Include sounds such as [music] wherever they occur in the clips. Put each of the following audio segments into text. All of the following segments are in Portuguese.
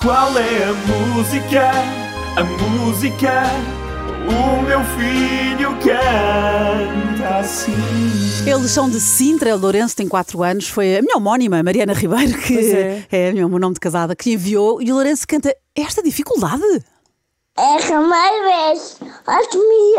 Qual é a música? A música? O meu filho canta assim. Eles são de Sintra, ele Lourenço tem 4 anos, foi a minha homónima, Mariana Ribeiro, que Pois é. é o meu nome de casada, que enviou, e o Lourenço canta esta dificuldade. Erra mais vez. Watch me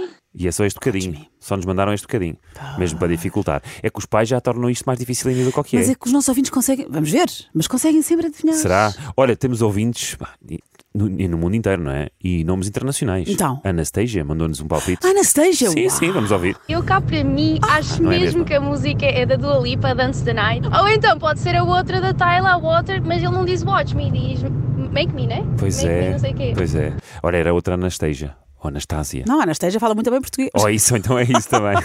up. E é só este bocadinho. Só nos mandaram este bocadinho. Tá. Mesmo para dificultar. É que os pais já tornam isto mais difícil ainda do que é. Mas é que os nossos ouvintes conseguem, vamos ver, mas conseguem sempre adivinhar. Será? Olha, temos ouvintes pá, e- no, e no mundo inteiro, não é? E nomes internacionais. Então. Anastasia mandou-nos um palpite. Anastasia, Sim, uau. sim, vamos ouvir. Eu cá para mim acho Não é mesmo mesmo? que a música é da Dua Lipa, Dance the Night. Ou então pode ser a outra da Tyla Water, mas ele não diz Watch Me, diz Make Me, né? Pois make Me, é. não sei o quê. Pois é. Olha, era outra Anastasia. Ou Anastasia. Não, a Anastasia fala muito bem português. Ou isso, então é isso [laughs] também.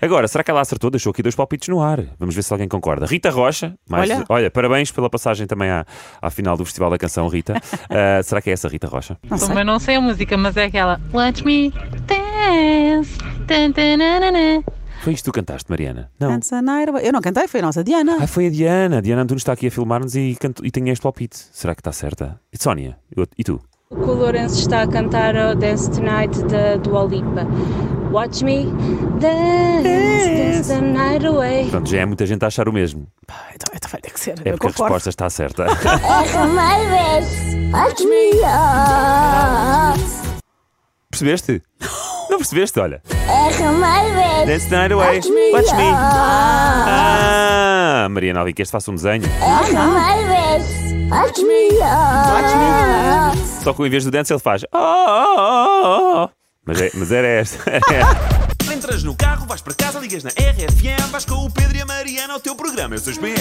Agora, será que ela acertou? Deixou aqui dois palpites no ar. Vamos ver se alguém concorda. Rita Rocha, mais- Olha. parabéns pela passagem também à, à final do Festival da [laughs] Canção, Rita. Ah, será que é essa Rita Rocha? Não sei. Também não sei a música, mas é aquela Let me dance tan, tan, na, na, na. Foi isto que tu cantaste, Mariana? Não. Dance a night away. Eu não cantei, foi a nossa Diana. Ah, foi a Diana. A Diana Antunes está aqui a filmar-nos e, canto- e tem este palpite. Será que está certa? E Sónia, eu- e tu? O que o Lourenço está a cantar é o Dance Tonight da Dua Lipa. Watch me dance, dance the night away. Pronto, já é muita gente a achar o mesmo. Pá, então, então vai ter que ser. É eu porque a concordo. resposta está [laughs] certa. Erra mais vez. Watch me up. percebeste? Não percebeste? Olha. Erra mais vez. That's the night away. Watch me. Ah, Mariana Alvim, que este faça um desenho. Erra mais vez. Watch me up. Só que em vez do dance ele faz. Oh, oh, oh, oh, oh. Mas, é- mas era esta. Era [laughs] esta. Entras no carro, vais para casa, ligas na RFM, vais com o Pedro e a Mariana ao teu programa. Eu sou os BM.